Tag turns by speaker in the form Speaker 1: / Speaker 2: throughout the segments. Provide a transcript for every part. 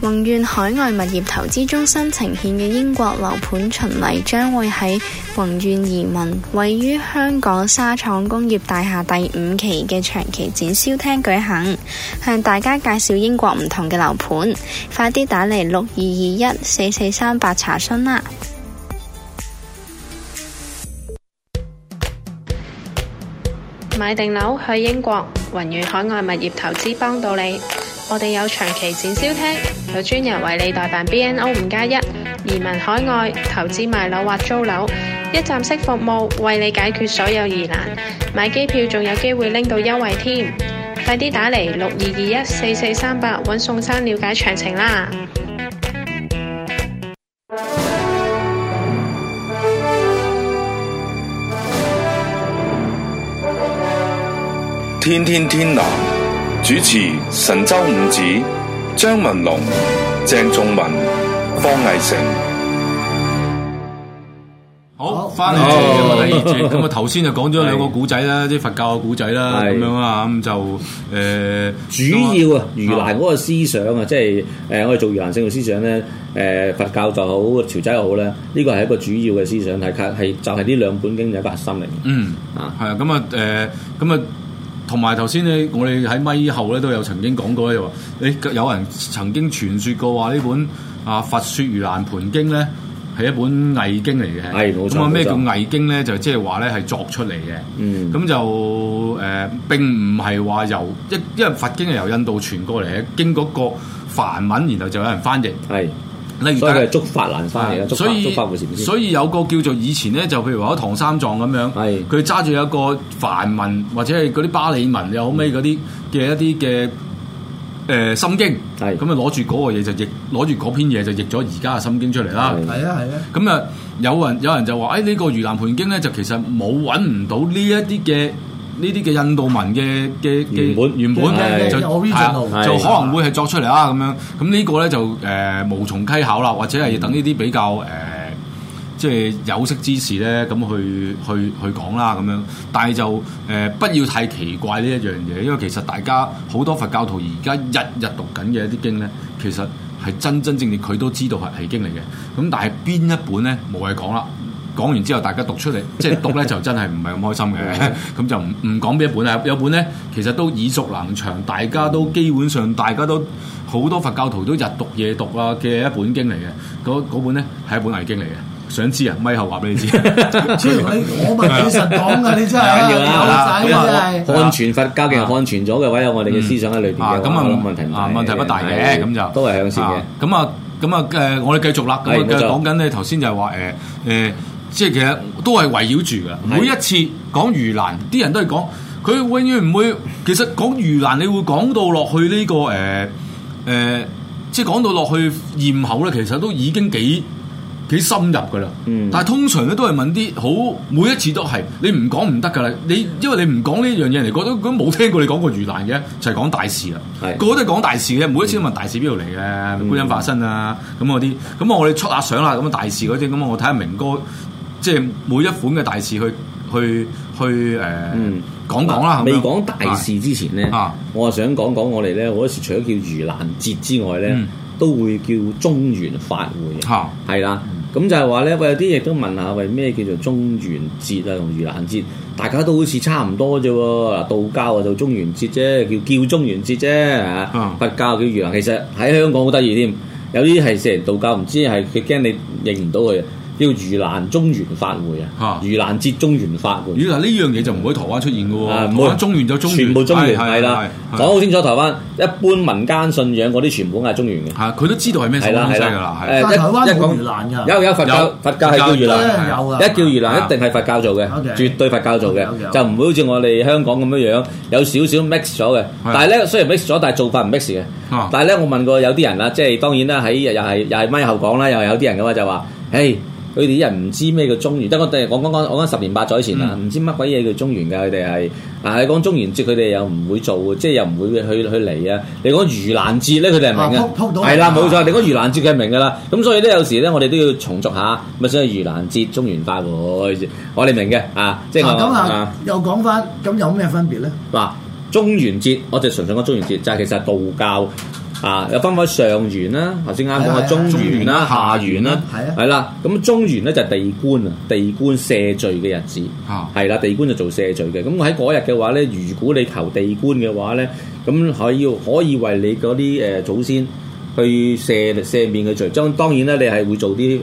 Speaker 1: 宏願海外物業投資中心呈現嘅英國樓盤巡禮將會喺宏願移民位於香港沙廠工業大廈第五期嘅長期展銷廳舉行，向大家介紹英國唔同嘅樓盤。快啲打嚟六二二一四四三八查詢啦！
Speaker 2: 買定樓去英國，宏遠海外物業投資幫到你。我哋有長期展銷廳，有專人為你代辦 BNO 五加一移民海外投資賣樓或租樓，一站式服務為你解決所有疑難。買機票仲有機會拎到優惠添，快啲打嚟六二二一四四三八揾宋生了解詳情啦！
Speaker 3: 天天天南主持神州五子張文龍、鄭仲文、方毅成。
Speaker 4: 好，翻嚟我哋第二節，咁啊頭先就講咗兩個古仔啦，即係佛教嘅古仔啦，
Speaker 5: 係
Speaker 4: 咁樣啊，咁就呃誒
Speaker 5: 主要啊，盂蘭嗰個思想啊，即係誒、呃我哋做盂蘭勝嘅思想咧，誒、佛教就好，潮仔又好咧，呢個係一個主要嘅思想，係靠係就係、呢兩本經嘅一個核心嚟嘅。
Speaker 4: 嗯
Speaker 5: 啊
Speaker 4: 係啊，咁啊誒咁啊。同埋頭先咧，我哋喺咪後咧都有曾經講過咧，就話誒有人曾經傳說過話呢本啊《佛說盂蘭盆經》咧係一本偽經嚟嘅，
Speaker 5: 係冇錯
Speaker 4: 咁啊咩
Speaker 5: 冇錯
Speaker 4: 叫偽經咧？就即係話咧係作出嚟嘅。
Speaker 5: 嗯，
Speaker 4: 咁就誒、呃、並唔係話由一因為佛經係由印度傳過嚟嘅，經過個梵文，然後就有人翻譯。
Speaker 5: 係，
Speaker 4: 例如
Speaker 5: 所以
Speaker 4: 大
Speaker 5: 佢係
Speaker 4: 家
Speaker 5: 觸法難翻嚟嘅，觸啊法
Speaker 4: 啊所以
Speaker 5: 觸法會禪師。
Speaker 4: 所以有個叫做以前咧，就譬如話唐三藏咁樣，
Speaker 5: 係
Speaker 4: 佢揸住有一個梵文或者係嗰啲巴利文又好尾嗰啲嘅一啲嘅。誒、心經，
Speaker 5: 係
Speaker 4: 咁啊攞住嗰個嘢就譯，攞住嗰篇嘢就譯咗而家嘅心經出嚟啦。
Speaker 5: 係
Speaker 6: 係啊係啊，
Speaker 4: 咁啊，有人有人就話：，誒、哎呢、個《盂蘭盆經》咧，就其實冇揾唔到呢一啲嘅呢啲嘅印度文嘅嘅嘅
Speaker 5: 原本
Speaker 4: 原本
Speaker 5: 係
Speaker 4: 嘅就
Speaker 6: 嘅
Speaker 4: 係啊
Speaker 6: original
Speaker 5: 係
Speaker 4: 就可能會係作出嚟啦咁樣。咁呢個咧就誒、無從稽考啦，或者係等呢啲比較誒。呃即係有識之士咧，咁去去去講啦咁樣，但係就誒、不要太奇怪呢一樣嘢，因為其實大家好多佛教徒而家日日讀緊嘅一啲經咧，其實係真真正正佢都知道係係經嚟嘅，咁但係邊一本咧冇謂講啦。講完之後，大家讀出嚟， 即係讀咧就真係唔係咁開心嘅， 咁就唔唔講邊一本啦。有本咧，其實都耳熟能詳，大家都基本上大家都好多佛教徒都日讀夜讀啊嘅一本經嚟嘅，嗰嗰本咧係一本偽經嚟嘅。想知啊，咪後話俾你知。
Speaker 6: 超
Speaker 5: 啊
Speaker 6: 你哎我咪其實講啊噶，你 真
Speaker 5: 唔
Speaker 6: 係
Speaker 5: 緊要啦，咁
Speaker 6: 有仔
Speaker 5: 啊
Speaker 6: 真係。
Speaker 5: 漢傳佛教嘅人漢傳咗嘅話，有我哋嘅思想喺裏邊
Speaker 4: 啊，
Speaker 5: 嘅
Speaker 4: 咁
Speaker 5: 話，
Speaker 4: 啊
Speaker 5: 我諗問題唔大
Speaker 4: 啊
Speaker 5: 嘅，
Speaker 4: 問題不大嘅，
Speaker 5: 係
Speaker 4: 咁就
Speaker 5: 都係向善嘅
Speaker 4: 啊。咁啊咁啊誒，我哋繼續啦。咁
Speaker 5: 係
Speaker 4: 啊
Speaker 5: 冇錯
Speaker 4: 講緊咧頭先就係話誒誒，即係其實都係圍繞住嘅。每一次講盂蘭，啲人都係講佢永遠唔會。其實講盂蘭，你會講到落去呢個誒誒，即係講到落去驗口咧，其實都已經幾。幾深入噶啦，
Speaker 5: 嗯
Speaker 4: 但係通常咧都係問啲好，每一次都係你唔講唔得噶啦，你因為你唔講呢樣嘢嚟講，都都冇聽過你講過盂蘭嘅，就係、講大事啦。
Speaker 5: 係嗯
Speaker 4: 個個都係講大事嘅，每一次都問大事邊度嚟嘅，觀音化身啊，咁嗰啲，咁我哋出下相啦，咁大事嗰啲，咁我睇下明哥，即係每一款嘅大事去去去誒、呃
Speaker 5: 嗯
Speaker 4: 講講啦，咁樣
Speaker 5: 未講大事之前咧
Speaker 4: 啊，
Speaker 5: 我係想講講我哋咧，好多時除咗叫盂蘭節之外咧
Speaker 4: 嗯，
Speaker 5: 都會叫中元法會嘅。
Speaker 4: 啊嚇，
Speaker 5: 係啦，咁就係話咧，喂有啲亦都問下，喂咩叫做中元節啊同盂蘭節，大家都好似差唔多啫喎。嗱，道教啊就中元節啫，叫叫中元節啫，嚇、
Speaker 4: 嗯
Speaker 5: 佛教叫盂蘭，其實喺香港好得意添，有啲係成道教唔知係佢驚你認唔到佢，叫盂蘭中元法會啊，
Speaker 4: 嚇
Speaker 5: 盂蘭節中元法會。
Speaker 4: 咦嗱呢樣嘢就唔會喺台灣出現嘅喎，
Speaker 5: 啊
Speaker 4: 台
Speaker 5: 唔會
Speaker 4: 灣哦中原就中原，
Speaker 5: 全部中原係啦，
Speaker 4: 係
Speaker 5: 講得好清楚。台灣一般民間信仰嗰啲全部都係中原嘅，
Speaker 4: 係佢都知道係咩手
Speaker 5: 係啦
Speaker 4: 東西
Speaker 5: 係
Speaker 4: 㗎啦
Speaker 5: 啦，。
Speaker 4: 係
Speaker 5: 誒
Speaker 6: 但係台灣
Speaker 5: 一一
Speaker 6: 冇
Speaker 5: 講
Speaker 6: 盂蘭㗎，
Speaker 5: 有有佛教
Speaker 4: 啊有
Speaker 5: 佛教係叫盂
Speaker 6: 有
Speaker 5: 蘭。
Speaker 6: 有啊，
Speaker 5: 一叫盂蘭
Speaker 4: 啊
Speaker 5: 一定係佛教做嘅
Speaker 6: OK
Speaker 5: 絕對佛教做嘅
Speaker 6: OK，OK，
Speaker 5: 就唔會好似我哋香港咁樣樣有少少 mix 咗嘅。但係咧，雖然 mix 咗，但係做法唔 mix 嘅
Speaker 4: 啊。
Speaker 5: 但係咧，我問過有啲人啦，即係當然啦，喺又係又係咪後講啦，又係有啲人嘅啊話就話，誒。佢哋啲人唔知咩叫中原，得我哋講講講講緊十年八載前
Speaker 6: 嗯
Speaker 5: 啦，唔知乜鬼嘢叫中原㗎，佢哋係啊你講中元節，佢哋又唔會做嘅，即係又唔會去去嚟啊！你講盂蘭節咧，佢哋係明
Speaker 6: 啊
Speaker 5: 嘅，
Speaker 6: 撲撲到
Speaker 5: 係啦，冇錯，你講盂蘭節佢係明㗎啦。咁所以咧，有時咧，我哋都要重續下，咪所以盂蘭節、中元法會，我哋明嘅啊，即係
Speaker 6: 嗱
Speaker 5: 我
Speaker 6: 咁
Speaker 5: 啊
Speaker 6: 啊，又講翻，咁有咩分別咧？
Speaker 5: 嗱，中元節，我就純粹講中元節，就係其實道教啊，又分開上元啦，頭先啱講
Speaker 6: 係
Speaker 5: 嘅
Speaker 6: 啊
Speaker 5: 中元啦、
Speaker 4: 中元啦
Speaker 5: 下元啦，
Speaker 6: 係啊
Speaker 5: 係啦。咁中元咧就係地官啊，地官赦罪嘅日子。
Speaker 6: 哦
Speaker 4: 啊
Speaker 5: 係啦，地官就做赦罪嘅。咁喺嗰日嘅話咧，如果你求地官嘅話咧，咁可以可以為你嗰啲誒祖先去赦赦免嘅罪。當當然咧，你係會做啲誒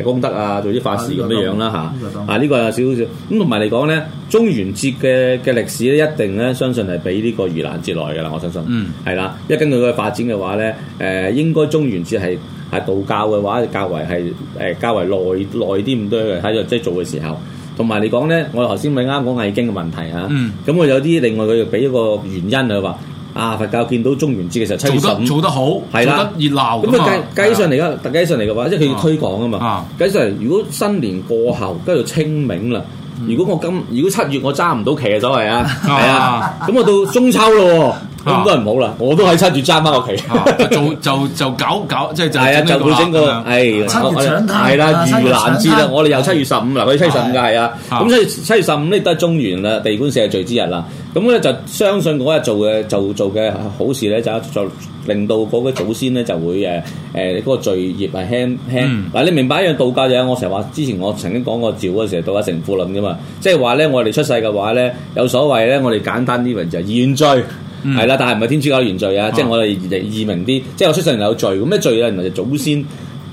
Speaker 5: 誒功德啊，做啲法事咁樣樣啦
Speaker 6: 呢個
Speaker 5: 嚇
Speaker 6: 當。然
Speaker 5: 啊，呢個有少少咁同埋嚟講咧，中元節嘅嘅歷史咧，一定咧相信係比呢個盂蘭節耐㗎啦，我相信。
Speaker 4: 嗯。
Speaker 5: 係啦，因為根據佢嘅發展嘅話咧，誒、應該中元節係係道教嘅話，較為係誒、較為耐耐啲咁多嘅喺度即係做嘅時候。同埋嚟講咧，我頭先咪啱講易經嘅問題啊。
Speaker 4: 嗯
Speaker 5: 咁我有啲另外佢就俾一個原因佢話啊，佛教見到中元節嘅時候七
Speaker 4: 做
Speaker 5: 月十
Speaker 4: 得
Speaker 5: 五。
Speaker 4: 做得好，做
Speaker 5: 係啦
Speaker 4: 得熱鬧
Speaker 5: 咁
Speaker 4: 咁
Speaker 5: 啊
Speaker 4: 啊，
Speaker 5: 計計上
Speaker 4: 嚟
Speaker 5: 嚟噶，計上嚟嘅話，即係佢要
Speaker 4: 啊
Speaker 5: 推廣啊嘛
Speaker 4: 啊。
Speaker 5: 計上嚟，如果新年過後跟住清明啦，
Speaker 4: 嗯
Speaker 5: 如果我今如果七月我揸唔到旗嘅所謂啊，係啊，咁我到中秋咯喎，咁
Speaker 4: 啊
Speaker 5: 都係唔好啦，我都喺七月揸翻個旗。
Speaker 4: 就做就就搞搞，即係就
Speaker 5: 係啊，就
Speaker 4: 整呢個
Speaker 5: 會整個
Speaker 4: 啦咁樣
Speaker 5: 係
Speaker 6: 七月搶灘
Speaker 5: 係啦，
Speaker 6: 啊七
Speaker 5: 盂
Speaker 6: 月
Speaker 5: 蘭
Speaker 6: 搶
Speaker 5: 節啦
Speaker 6: 灘，
Speaker 5: 我哋又七月十五嗱，佢七月十五㗎係啊，
Speaker 4: 啊
Speaker 5: 咁所以七月十五呢都係中原啦，地官赦罪之日啦。咁咧就相信嗰日做嘅就做嘅好事咧，就就令到嗰個祖先咧就會誒誒嗰個罪孽係輕輕。
Speaker 4: 嗯
Speaker 5: 嗱，你明白一樣道教嘢，我成日話之前我曾經講過趙嗰時候道家成父論噶嘛，即係話咧我哋出世嘅話咧有所謂咧，我哋簡單啲為就係原罪。
Speaker 4: 嗯
Speaker 5: 係啦，但係唔係天主教原罪啊？即係我哋易明啲，即係我出世人有罪，咁咩罪啊？原來就祖先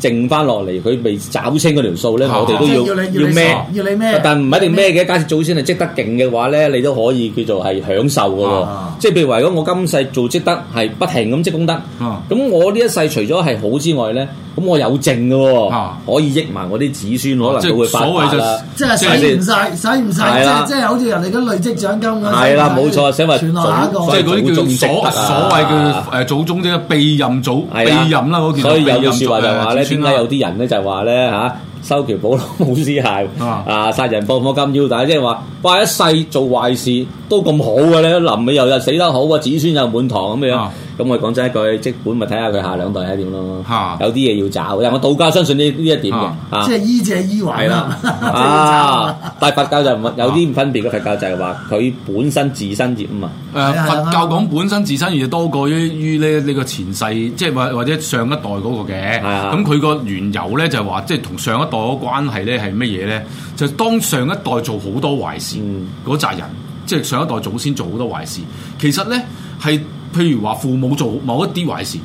Speaker 5: 剩翻落嚟，佢未找清嗰條數咧，
Speaker 4: 啊
Speaker 5: 我哋都
Speaker 6: 即係要你
Speaker 5: 要
Speaker 6: 要你
Speaker 5: 孭
Speaker 6: 傻要你孭
Speaker 5: 但唔一定孭嘅。假設祖先係積得勁嘅話咧，你都可以叫做係享受嘅喎
Speaker 6: 啊。
Speaker 5: 即係譬如話，如果我今世做積德係不停咁積功德，
Speaker 4: 啊
Speaker 5: 咁我呢一世除咗係好之外咧，咁我有剩嘅喎
Speaker 4: 啊，
Speaker 5: 可以益埋我啲子孫，可
Speaker 4: 即
Speaker 5: 能都
Speaker 4: 係
Speaker 5: 會發
Speaker 4: 所
Speaker 5: 達
Speaker 4: 謂就
Speaker 5: 啦。
Speaker 6: 即係
Speaker 5: 係
Speaker 6: 使唔晒，使唔
Speaker 5: 係啦
Speaker 6: 晒，即係即係好似人哋嗰累積獎金咁。
Speaker 5: 係啦冇錯寫埋
Speaker 6: 傳落下一
Speaker 5: 祖
Speaker 4: 即
Speaker 6: 個
Speaker 4: 係。嗰啲
Speaker 5: 祖宗
Speaker 4: 叫
Speaker 5: 積德
Speaker 4: 所
Speaker 5: 啊
Speaker 4: 所謂叫誒祖宗即係庇任祖庇
Speaker 5: 係啦
Speaker 4: 任啦，嗰叫
Speaker 5: 所以有
Speaker 4: 庇
Speaker 5: 句
Speaker 4: 任
Speaker 5: 説話就話咧，
Speaker 4: 祖
Speaker 5: 點
Speaker 4: 誒
Speaker 5: 解有啲人咧就話咧嚇修橋補路冇屍骸
Speaker 4: 啊
Speaker 5: 啊，殺人放火金腰帶，即係話哇一世做壞事都咁好嘅咧，臨尾又又死得好啊，子孫又滿堂咁樣
Speaker 4: 啊。
Speaker 5: 咁我講真一句，即本咪睇下佢下兩代係點咯
Speaker 4: 啊。
Speaker 5: 有啲嘢要找，但我道家相信呢呢一點嘅
Speaker 4: 啊
Speaker 5: 啊
Speaker 6: 即。係醫者 醫患
Speaker 5: 係啦
Speaker 6: 啦，，
Speaker 5: 啊！但係佛教就
Speaker 4: 哦
Speaker 5: 唔有啲唔分別嘅，佛教就係話佢本身自身業啊啊嘛。
Speaker 4: 誒呃佛教講本身自身嘢多過於於呢呢個前世，即係或或者上一代嗰個嘅。
Speaker 5: 係啊
Speaker 4: 咁佢個緣由咧就係話，即係同上一代嗰個關係咧係乜嘢咧？就當上一代做好多壞事
Speaker 5: 嗯
Speaker 4: 嗰扎人，即係上一代祖先做好多壞事，其實咧係譬如話父母做某一啲壞事，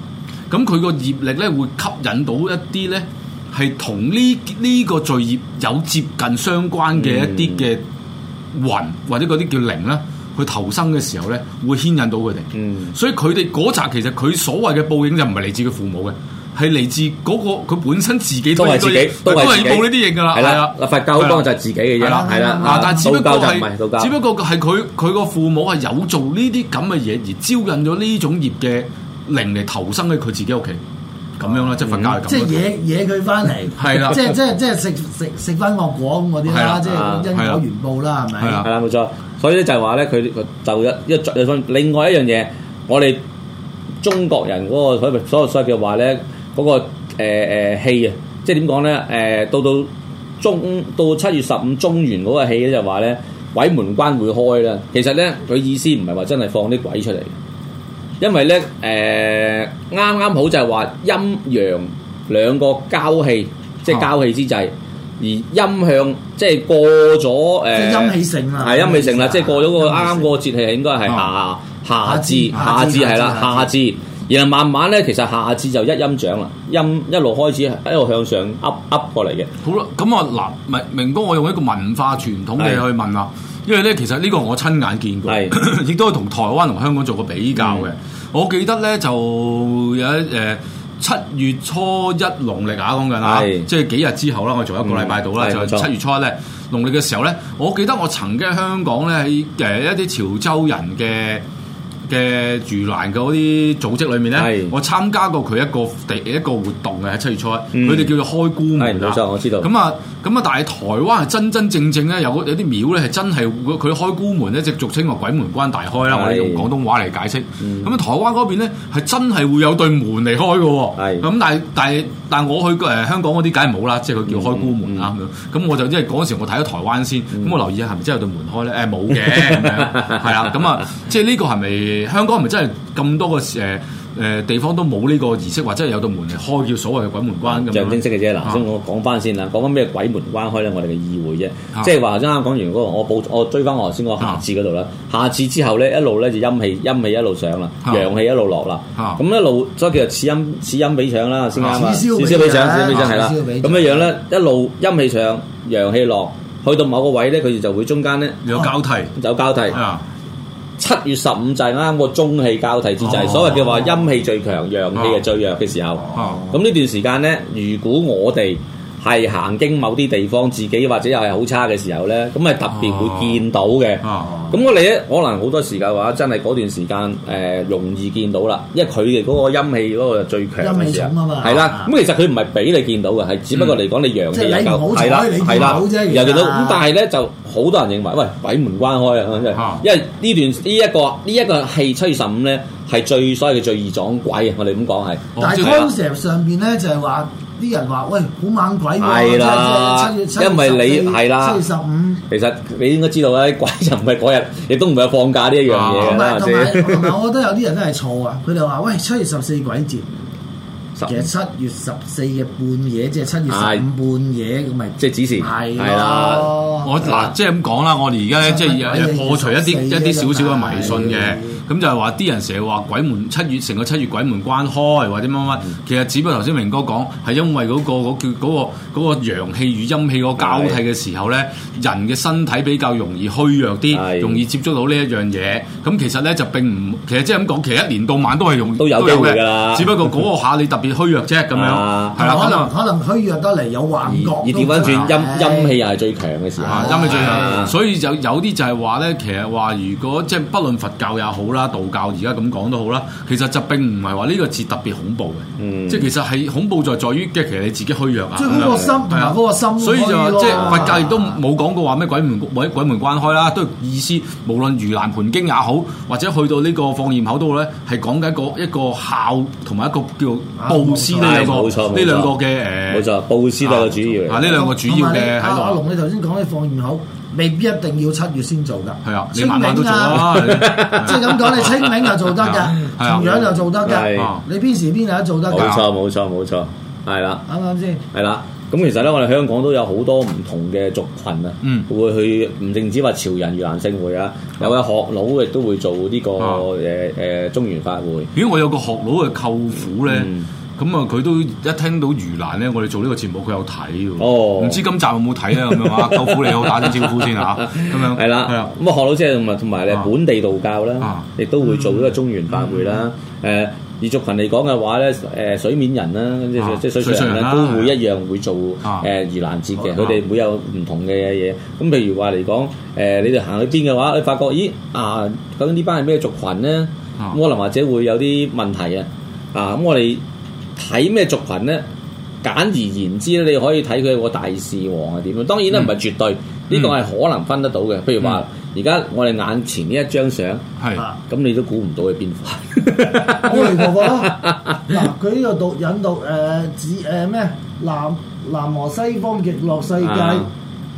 Speaker 4: 咁佢個業力咧會吸引到一啲咧係同呢呢個罪業有接近相關嘅一啲嘅魂或者嗰啲叫靈啦，去投生嘅時候咧會牽引到佢哋。
Speaker 5: 嗯，
Speaker 4: 所以佢哋嗰集其實佢所謂嘅報應就唔係嚟自佢父母嘅，係嚟自嗰、個佢本身自己
Speaker 5: 都係自己，
Speaker 4: 都
Speaker 5: 係
Speaker 4: 係
Speaker 5: 自己
Speaker 4: 要報呢啲嘢㗎啦，
Speaker 5: 係
Speaker 4: 係
Speaker 5: 啦
Speaker 4: 啦，，
Speaker 5: 嗱佛教好多就係自己嘅啫，
Speaker 4: 係啦啊
Speaker 5: 係啦。啊
Speaker 4: 嗱，但係只不過
Speaker 5: 道教就唔係道
Speaker 4: 係，
Speaker 5: 教
Speaker 4: 只。不過係佢佢個父母係有做呢啲咁嘅嘢，而招引咗呢種業嘅靈嚟投生喺佢自己屋企，咁樣啦，即係佛教係
Speaker 6: 即
Speaker 4: 咁樣。
Speaker 6: 係惹惹佢翻嚟，
Speaker 4: 係啦
Speaker 6: 即係即係即係食食食翻惡果咁嗰啲
Speaker 4: 係
Speaker 6: 啦，
Speaker 4: 啦
Speaker 6: 即
Speaker 5: 啊
Speaker 6: 係因
Speaker 4: 係啦
Speaker 6: 果緣報啦，係
Speaker 4: 係
Speaker 6: 咪
Speaker 4: 啦？
Speaker 5: 係啦，冇錯。所以咧就係話咧，佢佢就一一再另外一樣嘢，我哋中國人嗰、個所謂所謂所謂嘅話咧，嗰、個誒誒、戲啊，即係點講咧？誒、到到中到七月十五中元嗰個戲咧，就話咧鬼門關會開啦。其實咧，佢意思唔係話真係放啲鬼出嚟，因為咧誒啱啱好就係話陰陽兩個交氣，即係交氣之際。而陰向即係過咗誒，
Speaker 6: 即係陰氣盛啦，
Speaker 5: 係因啊未成
Speaker 6: 啊
Speaker 5: 啦，即係過咗個
Speaker 6: 陰氣盛
Speaker 5: 啱啱個節氣係應該係夏夏至，夏
Speaker 6: 夏至
Speaker 5: 至係啦，夏
Speaker 6: 夏
Speaker 5: 至。然後慢慢咧，其實夏至就一陰長啦，陰一路開始一路向上噏噏過嚟嘅。
Speaker 4: 好啦，咁啊嗱，明明哥，我用一個文化傳統嚟
Speaker 5: 係
Speaker 4: 去問啦，因為咧其實呢個我親眼見過
Speaker 5: 係， 嗯
Speaker 4: 亦都係同台灣同香港做過比較嘅。我記得咧就有一誒七月初一農曆啊講緊啊
Speaker 5: 係，
Speaker 4: 即係幾日之後啦，我做一個禮拜到啦，
Speaker 5: 嗯係
Speaker 4: 就
Speaker 5: 冇錯
Speaker 4: 係七月初一咧農曆嘅時候咧，我記得我曾經喺香港咧喺誒一啲潮州人嘅。嘅盂蘭嘅嗰啲組織裏面
Speaker 5: 係
Speaker 4: 咧，我參加過佢一個地一個活動嘅喺七月初一，
Speaker 5: 嗯
Speaker 4: 佢哋叫做開孤
Speaker 5: 係
Speaker 4: 門
Speaker 5: 冇
Speaker 4: 啦。
Speaker 5: 錯，我知道。
Speaker 4: 咁啊，咁啊，但係台灣係真真正正咧，有有啲廟咧係真係佢佢開孤門咧，即係俗稱話鬼門關大開啦。
Speaker 5: 係
Speaker 4: 我哋用廣東話嚟解釋。咁、
Speaker 5: 嗯
Speaker 4: 啊，台灣嗰邊咧係真係會有對門嚟開嘅喎。
Speaker 5: 係
Speaker 4: 咁但係但係但係我去誒、呃香港嗰啲梗係冇啦，即係佢叫開孤門
Speaker 5: 嗯
Speaker 4: 啦咁樣。咁、我就因為嗰陣時我睇咗台灣先，咁、我留意下係咪真係有對門開咧？誒、 冇嘅咁樣，係啊。咁啊，即係呢個係咪香港係咪真係咁多個誒？誒、誒地方都冇呢個儀式，或者係有道門嚟開叫所謂嘅鬼門關咁
Speaker 5: 象徵
Speaker 4: 樣。
Speaker 5: 式嘅啫。
Speaker 4: 啊
Speaker 5: 嗱，先我講翻先啦，講緊咩鬼門關開咧？我哋嘅議會啫
Speaker 4: 啊，
Speaker 5: 即係話頭先啱講完嗰個，我補我追翻我頭先嗰個下次嗰度啦。下次之後咧，一路咧就陰氣陰氣一路上啦，
Speaker 4: 啊
Speaker 5: 陽氣一路落啦。
Speaker 4: 啊
Speaker 5: 咁一路所以叫做此陰此陰比上啦，先啱啊！
Speaker 6: 啊此消彼
Speaker 5: 此消彼長，
Speaker 6: 長
Speaker 5: 此消彼長
Speaker 6: 啊
Speaker 5: 係啦
Speaker 6: 此消彼。
Speaker 5: 咁
Speaker 6: 長
Speaker 5: 樣樣咧，一路陰氣上，陽氣落，去到某個位咧，佢哋就會中間咧
Speaker 4: 有交替
Speaker 5: 有交替。
Speaker 4: 啊，
Speaker 5: 七月十五就係啱個中氣交替之際，
Speaker 4: 哦
Speaker 5: 所謂嘅話陰氣最強，陽氣係最弱嘅時候。
Speaker 4: 哦
Speaker 5: 咁呢段時間呢，如果我哋係行經某啲地方，自己或者又係好差嘅時候呢，咁係特別會見到嘅。
Speaker 6: 嗯
Speaker 4: 啊，
Speaker 5: 咁我哋咧，可能好多時間話，真係嗰段時間誒、容易見到啦，因為佢哋嗰個陰氣嗰個最強
Speaker 6: 陰
Speaker 5: 嘅
Speaker 6: 氣
Speaker 5: 時候
Speaker 6: 重啊嘛
Speaker 5: 係啦。
Speaker 6: 啊
Speaker 5: 咁其實佢唔係俾你見到嘅，係只不過嚟講你陽氣
Speaker 6: 即係你
Speaker 5: 又
Speaker 6: 唔
Speaker 5: 夠，
Speaker 6: 好彩
Speaker 5: 係啦，
Speaker 6: 你見
Speaker 5: 係啦
Speaker 6: 到，啫
Speaker 5: 又見到。
Speaker 6: 其實
Speaker 5: 咁但係咧，就好多人認為，喂，鬼門關開啊，真係
Speaker 4: 啊
Speaker 5: 因為呢段呢一個呢一個氣七月十五咧，係最所謂嘅最易撞鬼啊！我哋咁講係。
Speaker 6: 但係
Speaker 4: 即係
Speaker 6: concept 上邊咧就係話啲人話喂好猛鬼喎，
Speaker 5: 係啦
Speaker 6: 即係七月
Speaker 5: 因為你
Speaker 6: 七月十四
Speaker 5: 係啦
Speaker 6: 七月十五。
Speaker 5: 其實你應該知道啦，鬼就唔係嗰日，亦都唔係放假呢一樣嘢
Speaker 4: 啊
Speaker 5: 㗎
Speaker 6: 同
Speaker 5: 啦，係
Speaker 6: 埋同
Speaker 5: 咪
Speaker 6: 埋
Speaker 5: 先？
Speaker 6: 同埋，我覺得有啲人都係錯啊！佢哋話：喂，七月十四鬼節，
Speaker 5: 十
Speaker 6: 其實七月十四嘅半夜，即係七月十五半夜咁咪
Speaker 5: 即係指示
Speaker 6: 係
Speaker 5: 係啦。
Speaker 6: 咯
Speaker 4: 我嗱即係咁講啦，我哋而家咧即
Speaker 6: 真係
Speaker 4: 係破除一啲一
Speaker 6: 真係
Speaker 4: 啲少少嘅迷信嘅，咁就係話啲人成日話鬼門七月成個七月鬼門關開或者乜乜，
Speaker 5: 嗯
Speaker 4: 其實只不過頭先明哥講係因為嗰個嗰叫嗰個嗰個陽氣與陰氣嗰個交替嘅時候咧，人嘅身體比較容易虛弱
Speaker 5: 係
Speaker 4: 啲，容易接觸到呢一樣嘢。咁其實咧就並唔，其實即係咁講，其實一年到晚都係容
Speaker 5: 都有機會㗎啦
Speaker 4: 只不過嗰個下你特別虛弱啫咁樣，
Speaker 5: 啊
Speaker 4: 係啦
Speaker 6: 可
Speaker 4: 咁
Speaker 6: 能
Speaker 4: 啊。
Speaker 6: 可能虛弱得嚟有幻
Speaker 5: 而
Speaker 6: 覺都
Speaker 5: 而
Speaker 6: 得，
Speaker 5: 調翻轉陰
Speaker 6: 唉
Speaker 5: 陰氣又係最強嘅時候，
Speaker 4: 啊，陰氣最
Speaker 5: 啊
Speaker 4: 強，所以就有啲就係話咧，其實話如果即係不論佛教也好啦，道教而家咁講都好啦，其實就並唔係話呢個字特別恐怖嘅，
Speaker 5: 嗯
Speaker 4: 即係其實係恐怖在在於嘅，其實你自己虛弱啊，
Speaker 6: 即係嗰個心
Speaker 4: 係啊
Speaker 6: 同埋嗰個心，
Speaker 4: 所以就話
Speaker 6: 話
Speaker 4: 即係佛教亦都冇講過話咩鬼門鬼鬼門關開啦，都係意思無論盂蘭盆經也好，或者去到呢個放焰口度咧，係講緊一個一個孝同埋一個叫布施呢兩
Speaker 5: 係冇錯
Speaker 4: 個
Speaker 5: 冇錯
Speaker 4: 呢兩個嘅誒
Speaker 5: 冇錯，布施都係個主要
Speaker 4: 啊
Speaker 5: 嚟。
Speaker 4: 呢兩個主要嘅喺
Speaker 6: 阿阿
Speaker 4: 度。
Speaker 6: 龍，你頭先講你放焰口，未必一定要七月先做㗎。
Speaker 4: 係啊，你慢慢都做啦，
Speaker 6: 即係咁講，你清明又做得
Speaker 4: 係啊
Speaker 6: 㗎，
Speaker 4: 係啊哦
Speaker 6: 同樣又做得
Speaker 5: 係
Speaker 6: 㗎，你邊時邊日都做得
Speaker 5: 冇
Speaker 6: 㗎，
Speaker 5: 錯冇錯冇錯，係啦
Speaker 6: 啱唔啱先？
Speaker 5: 係啦。咁其實咧，我哋香港都有好多唔同嘅族群啊，
Speaker 4: 嗯哦
Speaker 5: 會去唔淨止話潮人盂蘭勝會啊，有位學佬亦都會做呢、個
Speaker 4: 啊
Speaker 5: 誒誒中原法會。
Speaker 4: 如果我有個學佬嘅舅父咧
Speaker 5: 嗯，
Speaker 4: 咁啊佢都一聽到盂蘭咧，我哋做呢個節目佢有睇喎。
Speaker 5: 哦
Speaker 4: 唔知今集有冇睇啊？咁樣 啊，舅父你好，打聲招呼先嚇，咁樣。
Speaker 5: 係
Speaker 4: 係
Speaker 5: 啦
Speaker 4: 啊，，
Speaker 5: 咁啊學老即係同埋同埋咧
Speaker 4: 啊
Speaker 5: 本地道教啦
Speaker 4: 啊，嗯
Speaker 5: 亦都會做呢個中原法會啦。誒，以族群嚟講嘅話咧，誒水面人啦，即
Speaker 4: 啊
Speaker 5: 係即係水
Speaker 4: 水
Speaker 5: 上
Speaker 4: 上
Speaker 5: 人
Speaker 4: 人啦
Speaker 5: 啦，都會一樣會做誒
Speaker 4: 啊
Speaker 5: 盂蘭節嘅。
Speaker 4: 啊
Speaker 5: 佢哋會有唔同嘅嘢。咁譬如話嚟講，誒你哋行去邊嘅話，你發覺咦啊，究竟呢班係咩族群咧？
Speaker 4: 啊
Speaker 5: 咁可能或者會有啲問題啊。啊，咁我哋睇咩族群咧？簡而言之咧，你可以睇佢個大事王係點樣。當
Speaker 4: 嗯
Speaker 5: 然咧，唔係絕對，呢個係可能分得到嘅。譬如話，而家我哋眼前呢一張相，
Speaker 4: 係
Speaker 6: 啊
Speaker 5: 咁你都估唔到佢邊
Speaker 6: 阿彌陀佛啦！
Speaker 5: 塊。
Speaker 6: 嗱，佢呢度導引導誒指誒咩南南和西方極樂世界
Speaker 5: 啊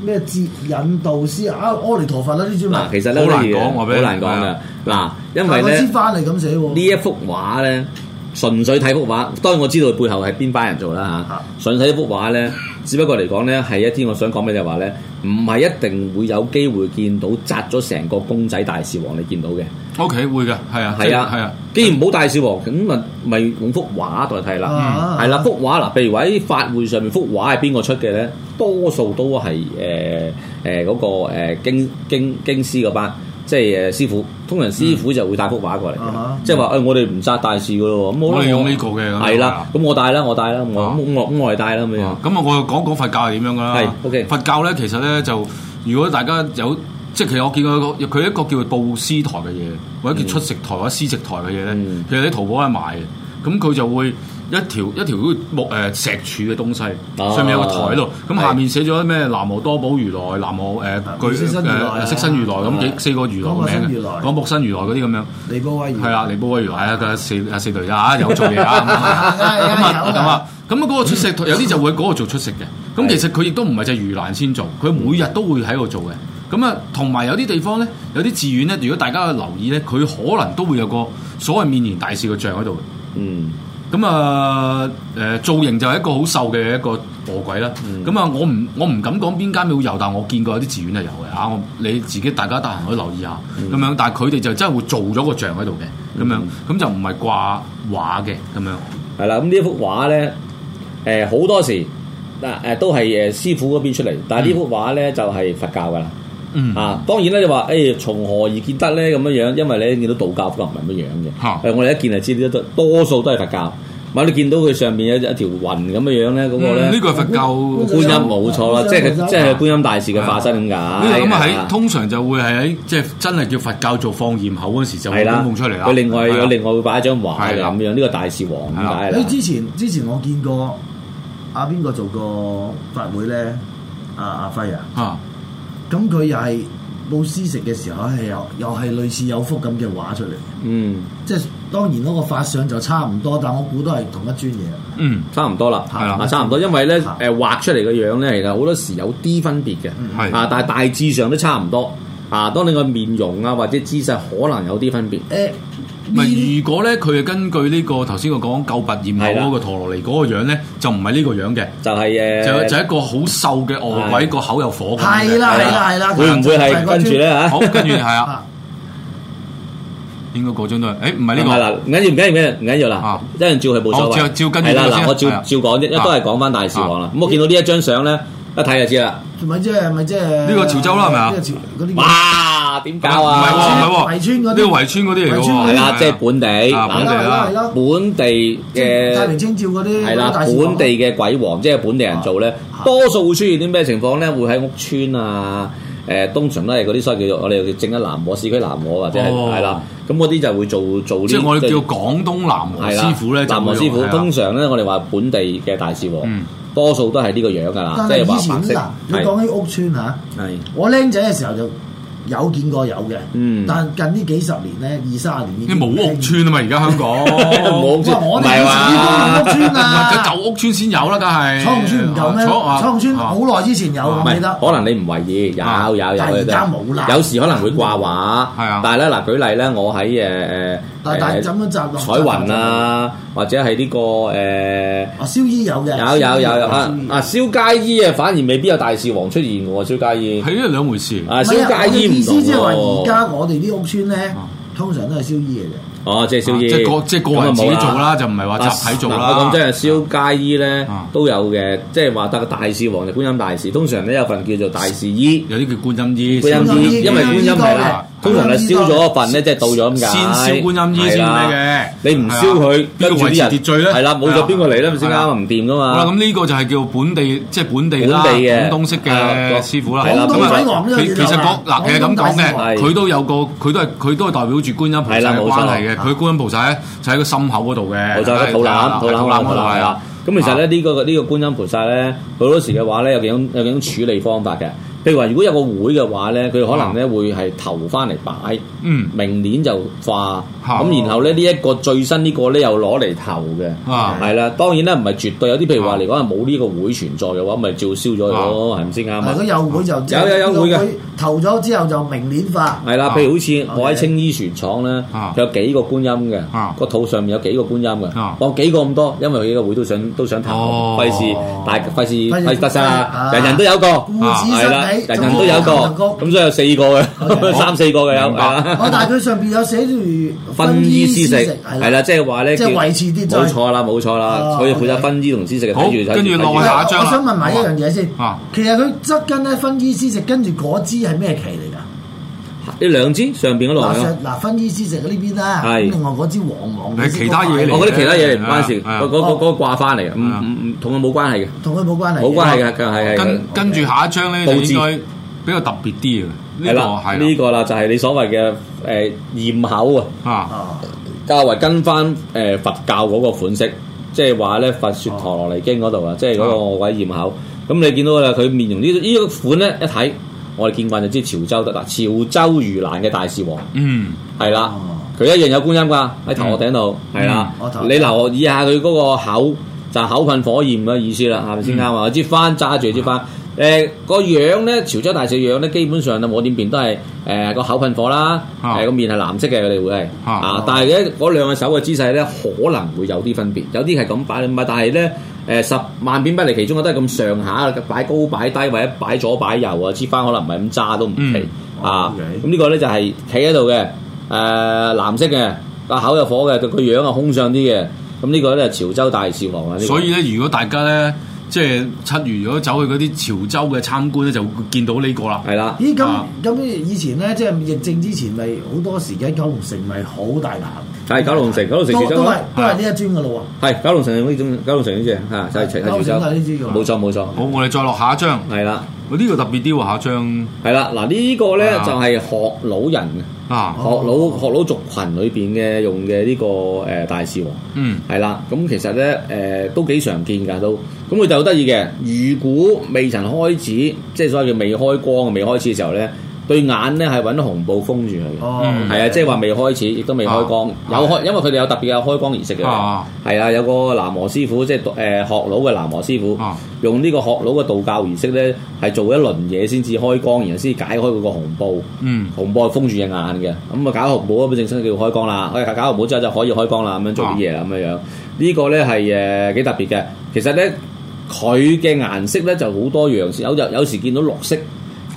Speaker 6: 咩節引導師啊，阿彌陀佛啦呢張
Speaker 5: 嗱，
Speaker 6: 咪，
Speaker 5: 其實咧
Speaker 4: 好難
Speaker 5: 呢樣
Speaker 4: 講我俾
Speaker 5: 好
Speaker 4: 你
Speaker 5: 難講
Speaker 4: 係
Speaker 5: 嘅
Speaker 4: 啊。
Speaker 5: 嗱，因為
Speaker 6: 但我
Speaker 5: 咧
Speaker 6: 先翻嚟咁寫
Speaker 5: 呢
Speaker 6: 喎，
Speaker 5: 一幅畫咧，純粹睇幅畫，當然我知道背後係邊班人做啦
Speaker 6: 啊
Speaker 5: 嚇。純粹睇幅畫咧，只不過嚟講咧係一啲我想講俾你話咧，唔係一定會有機會見到紮咗成個公仔大士王你見到嘅。
Speaker 4: ，OK 會嘅，係啊，
Speaker 5: 係啊，
Speaker 4: 係啊，，
Speaker 5: 既然冇大小王，咁咪咪用幅畫代替啦。
Speaker 6: 啊
Speaker 5: 嗯係啦，幅畫嗱，譬如話喺法會上面，幅畫係邊個出嘅咧？多數都係誒誒嗰個誒經經經師嗰班，即係誒師傅。通常師傅就會帶幅畫過嚟
Speaker 6: 嗯啊哈
Speaker 5: 嘅，即係話誒哎我哋唔扎大事噶咯喎，咁好啦
Speaker 4: 我哋用呢個嘅咁樣
Speaker 5: 係啦，咁我帶啦，我帶啦，我
Speaker 4: 啊
Speaker 5: 咁我咁我係帶啦咁樣
Speaker 4: 啊。咁啊，我講講佛教係點樣噶啦。
Speaker 5: 係，OK
Speaker 4: 佛教咧，其實咧就如果大家有即係其實我見過一個佢一個叫做布施台嘅嘢，或者叫出食台或者施食台嘅嘢咧，
Speaker 5: 嗯
Speaker 4: 其實喺淘寶係賣嘅。咁佢就會一條一條木誒石柱嘅東西，
Speaker 5: 哦
Speaker 4: 上面有個台度，咁
Speaker 5: 係
Speaker 4: 下面寫咗咩南無多寶如來、南無誒具
Speaker 6: 色身如來啊
Speaker 4: 誒色身如來咁幾四個如來
Speaker 6: 廣
Speaker 4: 嘅
Speaker 6: 博身
Speaker 4: 名
Speaker 6: 如來
Speaker 4: 嘅，講木身如來嗰啲咁樣。
Speaker 6: 尼波威
Speaker 4: 係
Speaker 6: 爾
Speaker 4: 啦，尼布威如係啊，佢有四啊四隊啊，有做嘢啊，咁啊
Speaker 6: 係
Speaker 4: 咁啊
Speaker 6: 係
Speaker 4: 咁啊，咁啊嗰個出食有啲就會喺嗰個做出食嘅，咁其實佢亦都唔係隻魚欄先做，佢每日都會喺度做嘅。咁啊，同埋有啲地方咧，有啲寺院咧，如果大家有留意咧，佢可能都會有個所謂面燃大士嘅像喺度嘅。
Speaker 5: 嗯
Speaker 4: 咁啊誒造型就係一個好瘦嘅一個餓鬼啦。
Speaker 5: 嗯
Speaker 4: 咁啊、我唔我唔敢講邊間廟有，但我見過有啲寺院係有嘅嚇。我你自己大家得閒可以留意下
Speaker 5: 嗯
Speaker 4: 咁、樣，但係佢哋就真係會做咗個像喺度嘅咁樣，咁、就唔係掛畫嘅咁樣。
Speaker 5: 係啦，咁呢幅畫咧，誒、好多時嗱誒、都係誒師傅嗰邊出嚟，但係
Speaker 6: 嗯
Speaker 5: 呢幅畫咧就係、佛教噶啦。
Speaker 4: 嗯
Speaker 5: 啊，當然咧，你話誒從何而見得咧咁樣樣？因為咧見到道教可能唔係乜樣嘅，誒、
Speaker 4: 嚇嗯
Speaker 5: 我哋一見就知呢，多數都係佛教。咪你見到佢上面有一條雲咁樣樣咧，嗰、個咧
Speaker 4: 呢、個係佛教
Speaker 5: 觀音冇錯啦，即係
Speaker 6: 觀音
Speaker 5: 即係觀音大士嘅化身咁解。
Speaker 4: 呢個咁啊
Speaker 5: 係啦
Speaker 4: 喺通常就會係喺即係真係叫佛教做放焰口嗰時就會
Speaker 5: 係啦
Speaker 4: 供，奉出嚟啦。
Speaker 5: 佢另外
Speaker 4: 係啊啦
Speaker 5: 有另外會擺一張畫
Speaker 4: 係
Speaker 5: 嘅
Speaker 4: 啦
Speaker 5: 咁樣，呢個大士王
Speaker 4: 係
Speaker 5: 咁
Speaker 4: 啦
Speaker 5: 解
Speaker 6: 你
Speaker 5: 啦。
Speaker 6: 之前之前我見過阿邊個做過法會咧？阿阿輝啊，
Speaker 4: 啊
Speaker 6: 咁佢又係布施食嘅時候係有又係類似有幅咁嘅畫出嚟，
Speaker 5: 嗯，
Speaker 6: 即係當然嗰個法相就差唔多，但我估都係同一尊嘢。
Speaker 4: 嗯
Speaker 5: 差唔多啦，
Speaker 6: 係啦
Speaker 5: 啊差唔多，因為咧
Speaker 6: 嚇
Speaker 5: 誒畫出嚟嘅樣咧，其實好多時有啲分別嘅。
Speaker 4: 係
Speaker 5: 啊，但係大致上都差唔多。啊，當你個面容啊或者姿勢可能有啲分別。
Speaker 6: 誒
Speaker 4: 咪如果咧，佢係根據呢個頭先我講救拔
Speaker 5: 係
Speaker 4: 染
Speaker 5: 啦
Speaker 4: 口嗰個陀羅尼嗰個樣咧，就唔係呢個樣嘅，
Speaker 5: 就係
Speaker 4: 就
Speaker 5: 誒，
Speaker 4: 就一個好瘦嘅餓鬼，
Speaker 5: 係
Speaker 4: 個口有火咁樣嘅。
Speaker 6: 係啦係啦係啦，
Speaker 5: 會唔會係跟住咧嚇
Speaker 4: 好，？ 跟住係啊，
Speaker 6: 啊？
Speaker 4: 應該嗰張都係，誒唔係
Speaker 5: 唔係
Speaker 4: 呢
Speaker 5: 啦，唔緊要唔緊要唔緊要唔緊要啦
Speaker 4: 啊，
Speaker 5: 一陣照佢冇所
Speaker 4: 哦
Speaker 5: 謂。
Speaker 4: 照照跟住
Speaker 5: 係啦
Speaker 4: 佢
Speaker 5: 嗱，
Speaker 4: 先
Speaker 5: 我照
Speaker 4: 係啊啊
Speaker 5: 照講啫，因為都係講翻大士王啦。咁我見到呢一張相咧，一睇就知啦。
Speaker 6: 咪即係咪即係
Speaker 4: 呢個潮州啦係咪啊
Speaker 6: 呢個潮嗰啲
Speaker 5: 哇，點
Speaker 4: 個，
Speaker 5: 搞
Speaker 4: 唔係
Speaker 5: 啊？
Speaker 4: 喎，唔係
Speaker 6: 圍村
Speaker 4: 喎，
Speaker 6: 嗰
Speaker 4: 呢
Speaker 6: 啲
Speaker 4: 個圍村嗰啲嚟嘅
Speaker 6: 圍村嗰
Speaker 4: 喎，
Speaker 6: 啲
Speaker 5: 係啦，即係本地
Speaker 4: 啊
Speaker 5: 嗱
Speaker 4: 本地
Speaker 6: 係啦係
Speaker 4: 啦，
Speaker 6: 啦，
Speaker 5: 本地
Speaker 6: 即係太平
Speaker 5: 嘅
Speaker 6: 清照嗰啲
Speaker 5: 係啦，
Speaker 6: 大
Speaker 5: 本
Speaker 6: 士王
Speaker 5: 地嘅鬼王，即係本地人做咧，
Speaker 6: 啊
Speaker 5: 多數會出現啲咩情況咧？會喺屋村啊，誒通常都係嗰啲所謂叫做我哋叫正一南和市區南和或者係
Speaker 4: 哦
Speaker 5: 係啦，咁嗰啲就會做做呢
Speaker 4: 即係我哋叫廣東南和
Speaker 5: 係啦
Speaker 4: 師傅咧，就
Speaker 5: 南和師傅
Speaker 4: 會係啦啊
Speaker 5: 通常咧，我哋話本地嘅大士王
Speaker 4: 嗯，
Speaker 5: 多數都係呢個樣㗎啦，
Speaker 6: 但
Speaker 5: 即
Speaker 6: 係
Speaker 5: 係話白
Speaker 6: 以前
Speaker 5: 色
Speaker 6: 嗱，你
Speaker 5: 係
Speaker 6: 講起屋村啊嚇，
Speaker 5: 係
Speaker 6: 我僆仔嘅時候就有見過有嘅，
Speaker 5: 嗯
Speaker 6: 但近呢幾十年咧，二三十年已
Speaker 4: 啲
Speaker 6: 經
Speaker 4: 冇屋，村啊嘛，而家香 港
Speaker 5: 冇屋村
Speaker 6: 哇！我
Speaker 5: 唔
Speaker 6: 哋
Speaker 5: 係
Speaker 6: 以前都冇屋
Speaker 5: 話。
Speaker 6: 村
Speaker 4: 唔係佢
Speaker 6: 啊，
Speaker 4: 舊屋村先有啦，梗係啊
Speaker 6: 彩虹村唔夠咩？彩虹村好耐之前有，
Speaker 5: 唔
Speaker 6: 我記
Speaker 5: 係，
Speaker 6: 得。
Speaker 5: 可能你唔為意，有
Speaker 4: 啊
Speaker 5: 有有
Speaker 6: 但係而家冇啦
Speaker 5: 有時可能會掛畫，係
Speaker 4: 係啊
Speaker 5: 但係咧嗱，舉例咧，我喺誒
Speaker 6: 但但
Speaker 5: 誒
Speaker 6: 咁樣集落
Speaker 5: 彩雲，啊，或者係呢個誒
Speaker 6: 啊燒衣有嘅，
Speaker 5: 有有有有啊
Speaker 6: 燒衣
Speaker 5: 啊蕭佳醫啊，反而未必有大士王出現喎，蕭佳醫
Speaker 4: 係呢兩回事。
Speaker 5: 啊
Speaker 6: 唔係
Speaker 5: 蕭
Speaker 6: 啊
Speaker 5: 佳
Speaker 6: 我嘅
Speaker 5: 醫
Speaker 6: 意
Speaker 5: 唔
Speaker 6: 思
Speaker 5: 同
Speaker 6: 即係話而
Speaker 5: 喎，
Speaker 6: 家我哋啲屋村咧，通常都係燒衣嘅
Speaker 5: 哦即係蕭醫，
Speaker 4: 啊即係個即係個
Speaker 5: 啊
Speaker 4: 人自己做啦，就唔係話集體做啦。
Speaker 5: 嗱我講真係蕭佳醫咧
Speaker 4: 啊
Speaker 5: 都有嘅，即係話得個大士王就觀音大士，通常咧有份叫做大士醫。
Speaker 4: 有啲叫觀音衣，
Speaker 5: 觀
Speaker 6: 觀
Speaker 5: 音
Speaker 6: 音
Speaker 5: 衣，
Speaker 6: 衣
Speaker 5: 因為觀
Speaker 6: 觀音衣
Speaker 5: 音係
Speaker 6: 多
Speaker 5: 啦啊
Speaker 6: 嘅，
Speaker 5: 通常係燒咗一份咧，即係到咗咁解。
Speaker 4: 啊先燒觀音衣先
Speaker 5: 係啦
Speaker 4: 咩嘅啊
Speaker 5: 你唔燒佢，
Speaker 4: 邊
Speaker 5: 跟
Speaker 4: 個
Speaker 5: 住
Speaker 4: 維
Speaker 5: 啲
Speaker 4: 持
Speaker 5: 人
Speaker 4: 秩序咧？
Speaker 5: 係啦，冇咗邊個嚟咧，咪先
Speaker 4: 係啊
Speaker 5: 啱
Speaker 4: 啦
Speaker 5: 唔掂噶
Speaker 4: 好啦，咁
Speaker 5: 嘛。
Speaker 4: 呢個就係叫本地，即係本地啦，
Speaker 5: 本地嘅
Speaker 4: 廣東式
Speaker 5: 啊
Speaker 4: 嘅師傅啦。
Speaker 5: 係啦
Speaker 4: 咁
Speaker 5: 廣東鬼
Speaker 6: 王
Speaker 4: 啊，
Speaker 6: 呢個
Speaker 4: 其其
Speaker 6: 叫
Speaker 4: 實
Speaker 6: 做
Speaker 4: 講嗱，其實咁講
Speaker 5: 係
Speaker 4: 嘅，佢都有個，佢都係佢都係代表住觀音菩薩
Speaker 5: 係啦
Speaker 4: 嘅
Speaker 5: 冇錯
Speaker 4: 關係嘅。佢觀音菩薩咧就喺個心口嗰度嘅，
Speaker 5: 冇錯，肚腩，肚腩
Speaker 4: 腩
Speaker 5: 嗰度係啦。咁其實
Speaker 4: 啊
Speaker 5: 咧，呢個呢個觀音菩薩咧，好多時嘅話咧，有幾種有幾種處理方法嘅。譬如話，如果有個會嘅話咧，佢可能
Speaker 4: 啊
Speaker 5: 咧會係投翻嚟擺，
Speaker 4: 嗯
Speaker 5: 明年就化。
Speaker 4: 嚇
Speaker 5: 咁然後咧，呢一個最新呢個咧又攞嚟投嘅。
Speaker 4: 啊
Speaker 5: 係啦，當然啦，唔係絕對有啲譬如話嚟講係冇呢個會存在嘅話，咪照燒咗佢咯，係咪先啱
Speaker 6: 嚟嘅。如果
Speaker 5: 啊？
Speaker 6: 有會就
Speaker 5: 有有有會嘅，
Speaker 6: 投咗之後就明年化。
Speaker 5: 係啦，
Speaker 4: 啊
Speaker 5: 譬如好似我喺
Speaker 6: OK
Speaker 5: 青衣船廠咧，
Speaker 4: 啊
Speaker 5: 佢有幾個觀音嘅
Speaker 4: 啊，
Speaker 5: 個肚上面有幾個觀音嘅
Speaker 4: 啊，
Speaker 5: 我幾個咁多，因為佢呢個會都想都想投
Speaker 4: 哦，
Speaker 5: 費事大費事
Speaker 6: 費事
Speaker 5: 費事得晒啦，
Speaker 6: 啊
Speaker 5: 人人都有個，
Speaker 6: 顧此
Speaker 5: 係啦，
Speaker 6: 失彼
Speaker 5: 人人都有個，
Speaker 6: 仲有
Speaker 5: 咁所以有四個嘅，
Speaker 6: OK
Speaker 5: 三四個嘅有，
Speaker 4: 明白
Speaker 5: 係啦
Speaker 6: 哦，但係佢上邊有寫住
Speaker 5: 分衣施食係
Speaker 6: 係
Speaker 5: 啦，
Speaker 6: 啦。
Speaker 5: 即係話咧，
Speaker 6: 即係維持秩序
Speaker 5: 冇錯啦，冇錯啦，
Speaker 6: 啊
Speaker 5: 佢要負責
Speaker 6: OK
Speaker 5: 分衣同施食嘅，
Speaker 4: 好
Speaker 5: 睇住睇
Speaker 4: 跟住
Speaker 5: 睇
Speaker 4: 落去下一張
Speaker 6: 我
Speaker 4: 啦
Speaker 6: 想問埋一樣嘢先
Speaker 4: 啊，
Speaker 6: 其實佢側根咧分衣施食，跟住嗰支係咩旗嚟㗎？
Speaker 5: 呢兩支上邊嗰度
Speaker 6: 嗱
Speaker 5: 係啊。
Speaker 6: 上嗱分衣施食呢邊啦，
Speaker 5: 係
Speaker 6: 咁另外嗰支黃黃嘅
Speaker 4: 係其他嘢嚟
Speaker 5: 我覺得其他嘢唔關事，
Speaker 4: 係啊
Speaker 5: 嗰嗰嗰嗰個掛翻嚟嘅，唔
Speaker 4: 係啊
Speaker 5: 唔唔同佢冇關係嘅，
Speaker 6: 同佢冇關係嘅，
Speaker 5: 冇關係嘅，係係
Speaker 4: 跟跟住下一張咧，就
Speaker 5: 佈置
Speaker 4: 應該比較特別啲嘅。呢
Speaker 5: 係
Speaker 4: 個
Speaker 5: 啦，
Speaker 4: 係
Speaker 5: 呢
Speaker 4: 啦
Speaker 5: 個啦就係你所謂嘅誒驗口啊，
Speaker 4: 啊，
Speaker 6: 哦，
Speaker 5: 較為跟翻誒佛教嗰個款式，即係話咧佛説陀羅尼經嗰度啊，即係嗰個位驗口。咁你見到啦，佢面容呢呢個款咧一睇，我哋見慣就知潮州得啦，潮州盂蘭嘅大士王
Speaker 4: 嗯，
Speaker 5: 係啦
Speaker 6: 哦，
Speaker 5: 佢一樣有觀音㗎喺頭殼頂度，
Speaker 4: 嗯
Speaker 5: 係啦
Speaker 6: 我頭，
Speaker 5: 你留意啊
Speaker 6: 嗯
Speaker 5: 下佢嗰個口就係口噴火焰嘅意思啦，係咪先啱啊？支翻揸住支翻，誒個樣咧，潮州大食樣咧，基本上啊，我點變都係誒個口噴火啦，
Speaker 6: 哦
Speaker 4: 啊
Speaker 5: 誒個面係藍色嘅，佢哋會係
Speaker 4: 啊
Speaker 5: 啊，但係咧嗰兩個手嘅姿勢咧，可能會有啲分別，有啲係咁擺，唔係，但係咧誒十萬變不離其中嘅都係咁上下，擺高擺低或者擺左擺右啊，之翻可能唔係咁揸都唔奇
Speaker 4: 嗯
Speaker 5: 啊
Speaker 6: OK。
Speaker 5: 咁呢個咧就係企喺度嘅，誒藍色嘅，個口有火嘅，個個樣啊空上啲嘅，咁呢個咧係潮州大少王啊，呢個
Speaker 4: 所以咧，如果大家咧，即係七月如果走去嗰啲潮州嘅參觀咧，就會見到呢個啦。
Speaker 5: 係啦。
Speaker 6: 咦咁
Speaker 4: 啊
Speaker 6: 咁以前咧，即係疫症之前，咪好多時間九龍城咪好大棚，
Speaker 5: 係九龍城，九龍城
Speaker 6: 都
Speaker 5: 潮州
Speaker 6: 都係
Speaker 5: 啦，
Speaker 6: 都係呢一磚嘅咯
Speaker 5: 係九龍城呢種，九龍城呢隻嚇就係
Speaker 6: 喎，
Speaker 5: 潮
Speaker 6: 九
Speaker 5: 係潮
Speaker 6: 龍城都係
Speaker 5: 州，
Speaker 6: 呢磚嘅啦。
Speaker 5: 冇錯冇錯，
Speaker 4: 好，我哋再落下一張。
Speaker 5: 係啦
Speaker 4: 我呢個特別啲喎，下一張
Speaker 5: 係啦，嗱呢個咧
Speaker 4: 啊
Speaker 5: 就係學老人
Speaker 4: 啊，
Speaker 5: 學老學老族群裏邊嘅用嘅呢個誒大士王。
Speaker 4: 嗯
Speaker 5: 係啦，咁其實咧誒、呃都幾常見㗎都，咁佢就好得意嘅。如果未曾開始，即係所謂嘅未開光、未開始嘅時候咧，對眼咧係揾紅布封住佢嘅。
Speaker 6: 哦，
Speaker 4: 嗯
Speaker 5: 係啊，即係話未開始，亦都未開光，
Speaker 4: 啊
Speaker 5: 有開，因為佢哋有特別嘅開光儀式嘅，
Speaker 4: 啊
Speaker 5: 係啊，有個南和師傅，即係誒學佬嘅南和師傅，
Speaker 4: 啊
Speaker 5: 用呢個學佬嘅道教儀式咧，係做一輪嘢先至開光，然後先解開佢個紅布，
Speaker 4: 嗯
Speaker 5: 紅布係封住隻眼嘅，咁啊搞紅布咁正式叫開光啦，可以搞紅布之後就可以開光啦，咁樣做啲嘢啦，咁樣樣，呢個咧係誒呃幾特別嘅，其實咧佢嘅顏色
Speaker 4: 嗯
Speaker 5: 咧就好多樣，有有有時見到綠色。
Speaker 4: 哦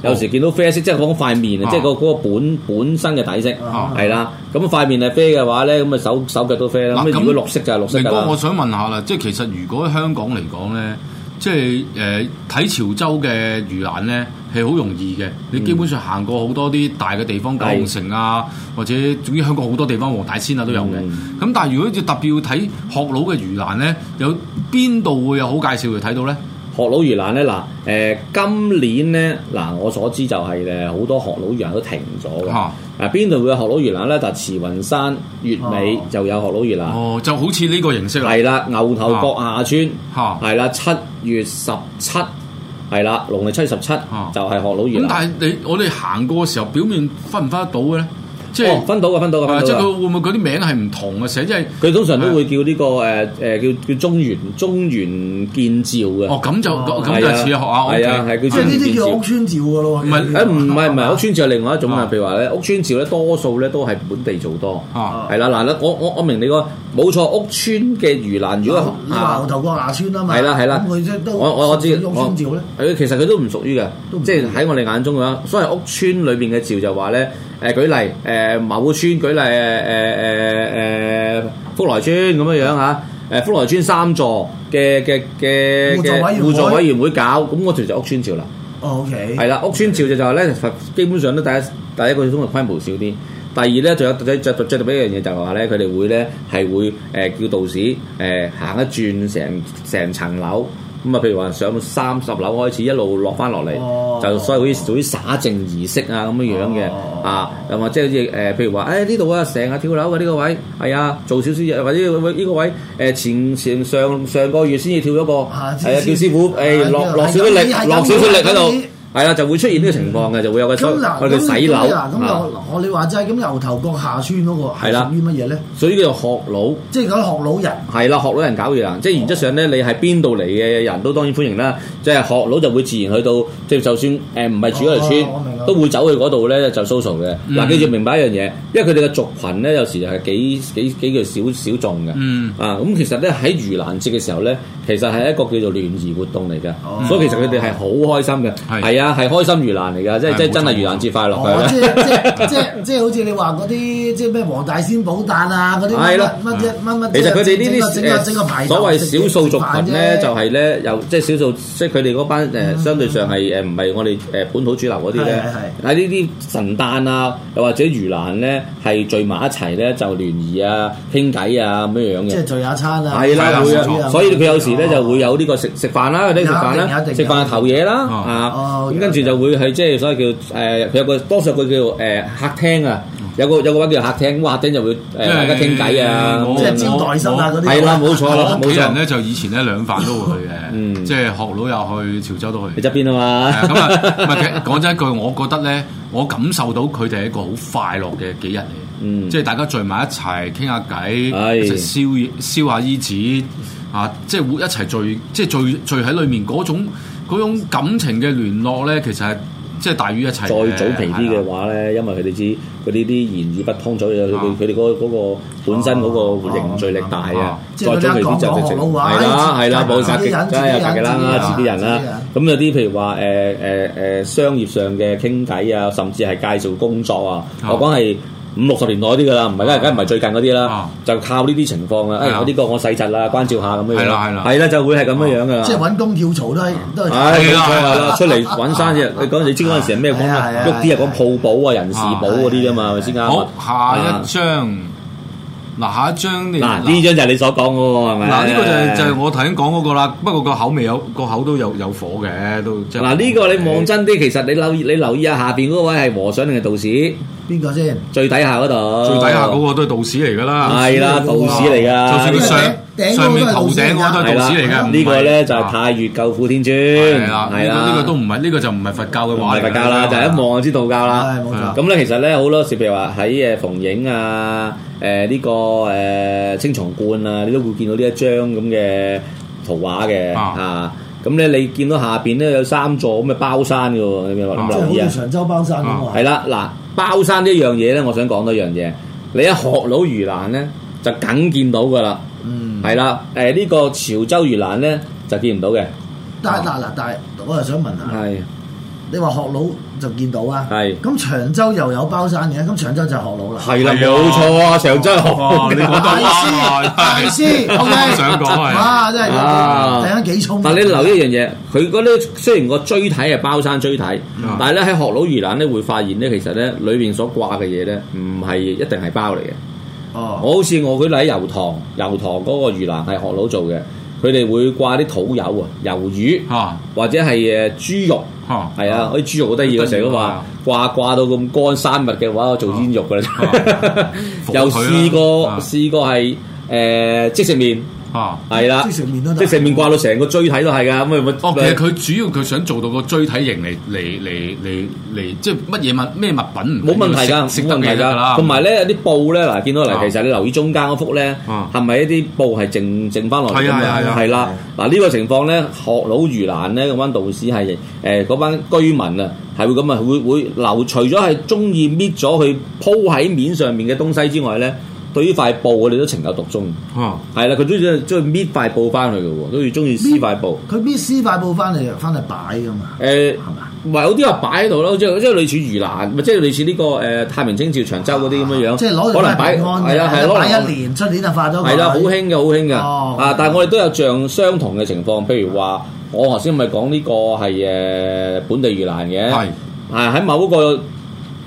Speaker 5: 有時見到啡色，即係講塊面啊，
Speaker 4: 啊
Speaker 5: 即係個嗰個本本身嘅底色，
Speaker 4: 哦
Speaker 6: 啊
Speaker 5: 係啦。咁塊面係啡嘅話咧，咁啊手手腳都啡啦。
Speaker 4: 嗱
Speaker 5: 咁啊
Speaker 4: 咁
Speaker 5: 如果綠色就係綠色
Speaker 4: 明
Speaker 5: 㗎
Speaker 4: 哥，我
Speaker 5: 啦。
Speaker 4: 想問下啦，即係其實如果香港嚟講咧，即係誒睇潮州嘅盂蘭咧係好容易嘅，你
Speaker 5: 嗯
Speaker 4: 基本上行過好多啲大嘅地方，九龍城啊，或者總之香港好多地方黃大仙啊都有嘅。咁、
Speaker 5: 嗯
Speaker 4: 但係如果要特別要睇學佬嘅盂蘭咧，有邊度會有好介紹嚟睇到咧？
Speaker 5: 學佬魚欄咧，嗱誒今年咧，嗱我所知就係誒好多學佬魚欄都停咗嘅。
Speaker 4: 嚇
Speaker 5: 嗱邊度會有學佬魚欄咧？就係慈雲山月尾
Speaker 6: 哦
Speaker 5: 就有學佬魚欄。
Speaker 4: 哦，就好似呢個哦形式啦。
Speaker 5: 啊係啦，牛頭角下村。
Speaker 4: 嚇
Speaker 5: 係啦，七月十七。係啦，農曆七月十七就係學佬魚
Speaker 4: 哦咁
Speaker 5: 欄。
Speaker 4: 但係你我哋行過嘅時候，表面分唔分得到嘅咧？即係、
Speaker 5: 哦，分到嘅，分到嘅，分
Speaker 4: 啊
Speaker 5: 到
Speaker 4: 即係
Speaker 5: 嘅
Speaker 4: 佢。會唔會嗰啲名係唔同嘅寫？即係
Speaker 5: 佢通常都會叫呢、個誒誒叫叫中原中原建照嘅。
Speaker 4: 哦，咁就
Speaker 6: 哦
Speaker 4: 咁咁就似學校。
Speaker 5: 係啊，
Speaker 4: OK
Speaker 5: 係叫
Speaker 6: 即係
Speaker 5: 中
Speaker 6: 呢
Speaker 5: 原
Speaker 6: 啲
Speaker 5: 建
Speaker 6: 叫
Speaker 5: 照。
Speaker 6: 屋村照嘅咯喎。
Speaker 4: 唔係
Speaker 5: 誒唔係唔係，屋
Speaker 6: 村
Speaker 5: 村照係另外一種啊
Speaker 4: 啊。
Speaker 5: 譬如話咧，屋村照咧多數咧都係本地做多。
Speaker 4: 啊
Speaker 5: 係啦，嗱，我我我明你個冇錯，屋村嘅魚欄，如果
Speaker 6: 你話啊牛頭角牙村啊嘛，
Speaker 5: 係啦係啦
Speaker 6: 咁佢即係都
Speaker 5: 我我我知
Speaker 6: 屋村照咧，
Speaker 5: 誒，其實佢都唔屬於嘅
Speaker 6: 都唔，屬於
Speaker 5: 即係喺我哋眼中嘅話，所謂屋村裏邊嘅照就話咧，誒舉例誒某村舉例誒誒誒誒福來村咁樣樣嚇，誒福來村三座嘅嘅嘅
Speaker 6: 互助
Speaker 5: 嘅互
Speaker 6: 委員會
Speaker 5: 助委員會搞，咁嗰條就屋村照啦，
Speaker 6: 哦 OK，
Speaker 5: 係啦，屋村照就就係咧，基本上都第一第一個通常規模少啲，第二咧仲有最最最特別一樣嘢就係話咧，佢哋會咧係會誒、叫道士誒、行一轉成成層樓。咁啊，譬如話上到三十樓開始，一路落翻落嚟，
Speaker 6: 哦
Speaker 5: 就所謂嗰啲屬於灑淨儀式啊咁樣樣嘅、
Speaker 6: 哦
Speaker 5: 啊，又或者好似誒，譬如話，誒呢度啊，成日跳樓嘅呢個位，係啊，做少少嘢，或者呢個呢個位誒、呃前前上上個月先至跳咗個，係
Speaker 6: 啊
Speaker 5: 啊，
Speaker 6: 先
Speaker 5: 叫師傅誒、
Speaker 6: 先
Speaker 5: 落
Speaker 6: 係
Speaker 5: 落少少力，
Speaker 6: 係咁
Speaker 5: 落少少力喺
Speaker 6: 係
Speaker 5: 度
Speaker 6: 咁。
Speaker 5: 係啊啦，就會出現呢個情況嘅，就會有個所
Speaker 6: 咁嗱，
Speaker 5: 佢哋
Speaker 6: 咁
Speaker 5: 洗樓
Speaker 6: 咁嗱，咁
Speaker 5: 啊，
Speaker 6: 又我你話齋，咁牛頭角下村嗰個
Speaker 5: 係
Speaker 6: 係
Speaker 5: 啦
Speaker 6: 屬於乜嘢咧？
Speaker 5: 所以叫做學佬。
Speaker 6: 即係嗰啲學老人，
Speaker 5: 係啦，學佬人搞嘢啦，即係原則上咧，你係邊度嚟嘅人都當然歡迎啦。即係學佬就會自然去到，即係就算誒唔係住嗰條村
Speaker 6: 哦我明啦，
Speaker 5: 都會走去嗰度咧就 social 嘅。嗱，
Speaker 4: 嗯
Speaker 5: 記住明白一樣嘢，因為佢哋嘅族群咧有時係幾幾幾叫小小眾嘅。
Speaker 4: 嗯
Speaker 5: 啊，咁其實咧喺盂蘭節嘅時候咧，其實係一個叫做聯誼活動嚟嘅，
Speaker 6: 哦
Speaker 5: 所以其實佢哋係好開心嘅，
Speaker 4: 係
Speaker 5: 係啊，係開心盂蘭嚟㗎，即係
Speaker 4: 係
Speaker 5: 即
Speaker 4: 冇
Speaker 5: 係
Speaker 4: 錯
Speaker 5: 真係啊盂蘭節快樂㗎
Speaker 6: 哦，
Speaker 5: 啦
Speaker 6: 即係即係即係即係好似你話嗰啲即係咩黃大仙寶誕啊嗰啲乜
Speaker 5: 係啦
Speaker 6: 乜乜乜乜，
Speaker 5: 其實佢哋呢
Speaker 6: 整個
Speaker 5: 啲
Speaker 6: 整個排
Speaker 5: 誒
Speaker 6: 頭
Speaker 5: 所謂
Speaker 6: 食
Speaker 5: 少數族群咧，
Speaker 6: 食飯啫嗯
Speaker 5: 就係咧有即係少數，即係佢哋嗰班誒相對上係誒唔係我哋誒本土主流嗰啲咧，喺呢啲神誕啊，又或者盂蘭咧係聚埋一齊咧就聯誼啊、傾偈啊咁樣樣
Speaker 6: 即
Speaker 5: 嘅
Speaker 6: 係。聚下餐啊，
Speaker 5: 係啦，
Speaker 4: 係啦
Speaker 5: 會
Speaker 4: 冇
Speaker 5: 啊，
Speaker 4: 錯
Speaker 5: 所以佢有時咧就會
Speaker 6: 有
Speaker 5: 有呢個食食飯啦，佢哋食飯
Speaker 6: 有一
Speaker 5: 啦，
Speaker 6: 定有一定
Speaker 5: 食飯頭嘢啦，
Speaker 4: 哦
Speaker 5: 啊，
Speaker 6: 哦
Speaker 5: 咁
Speaker 6: 有
Speaker 5: 跟住就會係即係所謂叫誒，佢有個多數有個叫誒客廳啊，有個有個位叫客廳，咁客廳就會誒大家傾偈啊，
Speaker 4: 我
Speaker 5: 咁
Speaker 6: 即係
Speaker 5: 樣
Speaker 6: 招待室啊嗰啲，
Speaker 5: 係啦，冇錯啦，
Speaker 4: 我屋
Speaker 5: 冇
Speaker 4: 企人
Speaker 5: 錯。
Speaker 4: 咧就以前咧兩飯都會去
Speaker 5: 嗯
Speaker 4: 嘅，即係學佬又去，潮州都去
Speaker 5: 你。側邊啊
Speaker 4: 係啊咁
Speaker 5: 嘛，
Speaker 4: 啊，唔係其實講真一句，我覺得咧，我感受到佢哋係一個好快樂嘅幾日嚟。
Speaker 5: 嗯
Speaker 4: 即係大家聚埋一齊傾下
Speaker 5: 係
Speaker 4: 偈，食燒燒下衣紙啊！即係會一齊聚，即係聚聚喺裏面嗰種嗰種感情嘅聯絡咧，其實係即係大於一切嘅。
Speaker 5: 再早期啲嘅
Speaker 4: 係啦，
Speaker 5: 話咧，因為佢哋知佢呢啲言語不通，所以佢佢哋嗰嗰個本身嗰個凝聚力大啊
Speaker 4: 啊。
Speaker 5: 再早期啲就直情係啦係啦，冇晒嘅，梗係有嘅啦，自己人啦。咁有啲譬如話誒誒誒商業上嘅傾偈啊，甚至係介紹工作啊，我講係。五六十年代啲噶啦，唔係梗係梗係唔係最近嗰啲啦
Speaker 4: 啊，
Speaker 5: 就靠呢啲情況哦啊！
Speaker 4: 係
Speaker 5: 誒，
Speaker 4: 啊
Speaker 5: 我呢個我細侄啦，關照下咁樣樣，
Speaker 4: 係啦係啦
Speaker 5: 係啦，就會係咁樣樣噶啦。
Speaker 6: 哦即係揾工跳槽都
Speaker 5: 啊
Speaker 6: 係
Speaker 4: 哎
Speaker 6: 都係。
Speaker 5: 唉，冇
Speaker 4: 係啦
Speaker 5: 錯
Speaker 4: 係
Speaker 5: 啦，
Speaker 4: 啦
Speaker 5: 哎出嚟揾生
Speaker 4: 啊
Speaker 5: 啫。你講你知嗰陣時係咩講
Speaker 6: 係啊係
Speaker 5: 啊
Speaker 6: 啊
Speaker 5: 喐啲係講鋪保啊、人事保嗰啲啫嘛，係咪先啱啊？
Speaker 4: 好下一張。嗱，下一張你
Speaker 5: 嗱呢張就係你所講嗰個係咪？啊
Speaker 4: 嗱，呢個就係就係我頭先講嗰個啦。不過個口味有個口都有有火嘅，都即係
Speaker 5: 嗱呢個你望真啲，其實你留意你留意下下邊嗰位係和尚定係道士？
Speaker 6: 邊個先？
Speaker 5: 最底下嗰度，
Speaker 4: 最底下嗰個都係道士嚟㗎啦。
Speaker 5: 係啦，道士嚟㗎。
Speaker 4: 就算佢上
Speaker 6: 頂
Speaker 4: 上面頭頂嗰個都係
Speaker 5: 係
Speaker 4: 道
Speaker 5: 啦
Speaker 4: 士嚟㗎。唔係
Speaker 5: 呢個咧就係太乙救苦天尊，
Speaker 4: 係啊啦，呢
Speaker 5: 係
Speaker 4: 個
Speaker 5: 啦，
Speaker 4: 呢個都唔係呢個就唔係佛教嘅
Speaker 5: 唔
Speaker 4: 話嚟
Speaker 5: 係
Speaker 4: 㗎
Speaker 5: 佛教啦，就係一望就知道教啦。
Speaker 6: 係冇錯。
Speaker 5: 啊咁咧，其實咧好多時，譬如話喺誒馮影啊、誒呢個誒青松觀啊，你都會見到呢一張咁嘅圖畫嘅
Speaker 4: 啊
Speaker 5: 啊。咁咧，你見到下邊咧有三座咁嘅包山嘅喎，你有冇
Speaker 4: 啊
Speaker 5: 有冇留
Speaker 6: 即
Speaker 5: 意
Speaker 6: 係好
Speaker 5: 啊
Speaker 6: 似？長洲包山咁啊。
Speaker 5: 係啦，嗱，包山呢一樣嘢咧，我想講多一樣嘢。你一學佬盂蘭咧，就梗見到噶啦。
Speaker 6: 嗯，
Speaker 5: 係啦，誒呢個潮州盂蘭咧就見唔到嘅。
Speaker 6: 但係嗱嗱，但係我又想問下，
Speaker 5: 係
Speaker 6: 你話學佬就見到啊？
Speaker 5: 係
Speaker 6: 咁長洲又有包山嘅，咁長洲就係學佬啦。
Speaker 5: 係啦，
Speaker 4: 係啊
Speaker 5: 冇錯啊，潮州學
Speaker 4: 哇 你講
Speaker 6: 大
Speaker 4: 到
Speaker 6: 師，大師，OK，
Speaker 4: 想講係
Speaker 6: 哇，真係
Speaker 5: 啊
Speaker 6: 突然間幾聰明。
Speaker 5: 但你留意一樣嘢，佢嗰啲雖然個椎體係包山椎體，
Speaker 4: 嗯
Speaker 5: 但係咧喺學佬魚欄咧會發現咧，其實咧裏邊所掛嘅嘢咧唔係一定係包嚟嘅。
Speaker 6: 哦，
Speaker 5: 我好似我舉例喺油塘，油塘嗰個魚欄係學佬做嘅，佢哋會掛啲土油啊、魷魚
Speaker 4: 嚇
Speaker 5: 或者係誒豬肉。
Speaker 4: 嚇
Speaker 5: 係啊，嗰啲豬肉好得意嘅，成日都話掛掛到咁乾生物嘅話，我做煙肉㗎啦。
Speaker 4: 火腿啦
Speaker 5: 又試過
Speaker 4: 啊
Speaker 5: 試過係誒即食麵，
Speaker 4: 嚇。
Speaker 5: 係啦，
Speaker 6: 即食麵都得
Speaker 5: 即食麵掛到成個椎體都係㗎，咁咪咪
Speaker 4: 哦，其實佢主要佢想做到個椎體型嚟嚟嚟嚟嚟，即係乜嘢物咩物品唔
Speaker 5: 冇問題㗎，
Speaker 4: 食
Speaker 5: 冇
Speaker 4: 得
Speaker 5: 問題
Speaker 4: 嘢得㗎
Speaker 5: 㗎。
Speaker 4: 啦。
Speaker 5: 同埋咧，有啲布咧，嗱，見到
Speaker 4: 啊
Speaker 5: 嗱，其實你留意中間嗰幅咧，
Speaker 4: 啊
Speaker 5: 係咪一啲布係剩剩翻落嚟㗎
Speaker 4: 係啊係啊係
Speaker 5: 嘛？
Speaker 4: 啊
Speaker 5: 係啦，嗱呢個情況咧，學佬盂蘭咧，嗰班道士係誒嗰班居民啊，係會咁啊，會會留除咗係中意搣咗佢鋪喺面上面嘅東西之外咧，對於塊布我哋都情有獨鍾。
Speaker 4: 嚇
Speaker 5: 係啦，佢中意中意搣塊布翻去嘅喎，都要中意撕塊布。
Speaker 6: 佢搣絲塊布翻嚟，翻嚟擺㗎嘛，
Speaker 5: 誒
Speaker 6: 係嘛？
Speaker 5: 唔係有啲話擺喺度咯，即係即係類似盂蘭，咪即係類似呢個誒太平清醮長洲嗰啲咁樣樣，
Speaker 6: 哦即係攞
Speaker 5: 啊可
Speaker 6: 嚟
Speaker 5: 能
Speaker 6: 擺
Speaker 5: 擺
Speaker 6: 平安
Speaker 5: 係啦啊係
Speaker 6: 嘅，
Speaker 5: 攞
Speaker 6: 擺
Speaker 5: 嚟
Speaker 6: 一年，出年就化咗佢。
Speaker 5: 係啦，好興嘅好興嘅
Speaker 6: 哦
Speaker 5: 啊！但係我哋都有像相同嘅情況，譬如話我頭先咪講呢個係誒本地盂蘭嘅，
Speaker 4: 係
Speaker 5: 啊喺某一個誒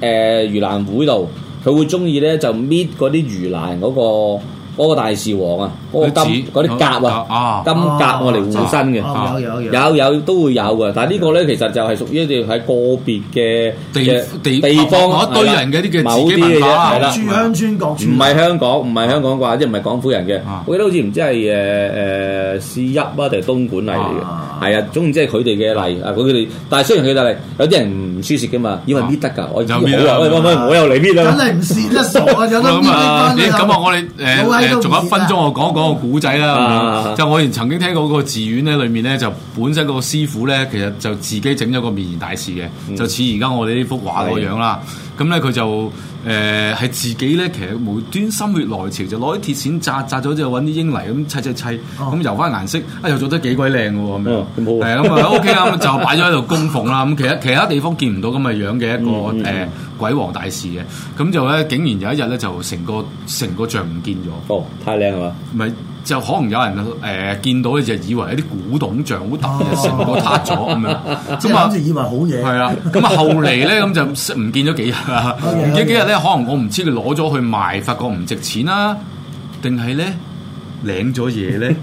Speaker 5: 盂蘭會度，佢會中意咧就搣嗰啲盂蘭嗰個嗰個大士王啊，嗰個金嗰啲甲啊。
Speaker 4: 啊
Speaker 5: 金甲我嚟護身嘅，
Speaker 6: 哦有有有
Speaker 5: 有有都會有嘅，但係呢個咧其實就係屬於你喺個別嘅
Speaker 4: 地
Speaker 5: 嘅
Speaker 4: 地
Speaker 5: 地方
Speaker 4: 某一堆人嘅啲嘅自己
Speaker 5: 某啲嘅
Speaker 4: 文
Speaker 5: 嘢
Speaker 4: 化嗯
Speaker 5: 係啦
Speaker 6: 住鄉村各處。
Speaker 5: 唔係香港，唔係香港啩，即係唔係港府人嘅
Speaker 4: 啊。
Speaker 5: 我記得好似唔知係誒誒市邑啊定係東莞嚟嘅，
Speaker 6: 啊
Speaker 5: 係啊，總之係佢哋嘅例啊，佢哋。但係雖然佢哋例，有啲人唔輸蝕嘅嘛，以為搣得㗎，我搣
Speaker 4: 有搣
Speaker 5: 好啊，
Speaker 4: 啊
Speaker 5: 喂喂喂，我又嚟搣
Speaker 6: 梗
Speaker 5: 啦。
Speaker 6: 係唔是得傻啊！有得搣
Speaker 4: 咁啊，
Speaker 6: 翻
Speaker 4: 咦咁啊，我哋
Speaker 6: 老閪
Speaker 4: 誒
Speaker 6: 都唔
Speaker 4: 誒，仲有一分
Speaker 6: 知
Speaker 4: 鐘，
Speaker 6: 啊
Speaker 4: 我講講個古仔
Speaker 5: 啊
Speaker 4: 啦。就我以前曾經聽過個寺院咧，裏面咧就本身個師傅咧，其實就自己整咗個面燃大士
Speaker 5: 嗯
Speaker 4: 嘅，就似而家我哋呢幅畫個樣啦。咁咧佢就誒係自己咧，其實無端心血來潮就攞啲鐵線紮紮咗之後，揾啲英泥咁砌砌砌，
Speaker 6: 哦
Speaker 4: 咁油翻顏色，啊又做得幾鬼靚嘅喎咁樣
Speaker 5: 哦。咁好
Speaker 4: 係咁 啊 OK 啦，咁就擺咗喺度供奉啦。咁其他其他地方見唔到咁嘅樣嘅一個
Speaker 5: 嗯嗯
Speaker 4: 誒。鬼王大事嘅，咁就咧竟然有一日咧就成個成個像唔見咗，
Speaker 5: 哦，太靚係嘛？
Speaker 4: 咪就可能有人誒、呃、見到咧就以為一啲古董像好特別，
Speaker 6: 哦
Speaker 4: 成個塌咗咁 樣，
Speaker 6: 即係
Speaker 4: 咁啊
Speaker 6: 諗住。以為好嘢。
Speaker 4: 係啦，咁啊後嚟咧咁就唔見咗幾日 啦，
Speaker 6: Okay，
Speaker 4: 唔見咗幾日咧，可能我唔知佢攞咗去賣，發覺唔值錢啦，定係咧領咗嘢 咧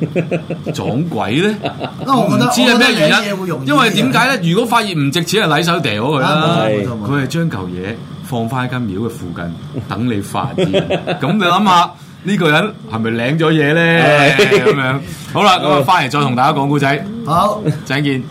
Speaker 4: 撞鬼咧，
Speaker 6: 啊我
Speaker 4: 唔
Speaker 6: 覺得
Speaker 4: 知係咩
Speaker 6: 我覺得領嘢
Speaker 4: 原
Speaker 6: 會容易
Speaker 4: 因，
Speaker 6: 啲
Speaker 4: 因為點解咧？如果發現唔值錢，係攆手掉咗佢啦
Speaker 6: 啊？。
Speaker 5: 係
Speaker 6: 冇錯冇錯冇錯
Speaker 4: 佢係將嚿嘢放翻喺間廟嘅附近，
Speaker 6: 嗯
Speaker 4: 等你發 現。咁你諗下，呢個人係咪領咗嘢咧？
Speaker 5: 係
Speaker 6: 嗯
Speaker 4: 咁樣好啦，咁啊，翻嚟再同大家講故仔，
Speaker 6: 好。
Speaker 4: 陣見。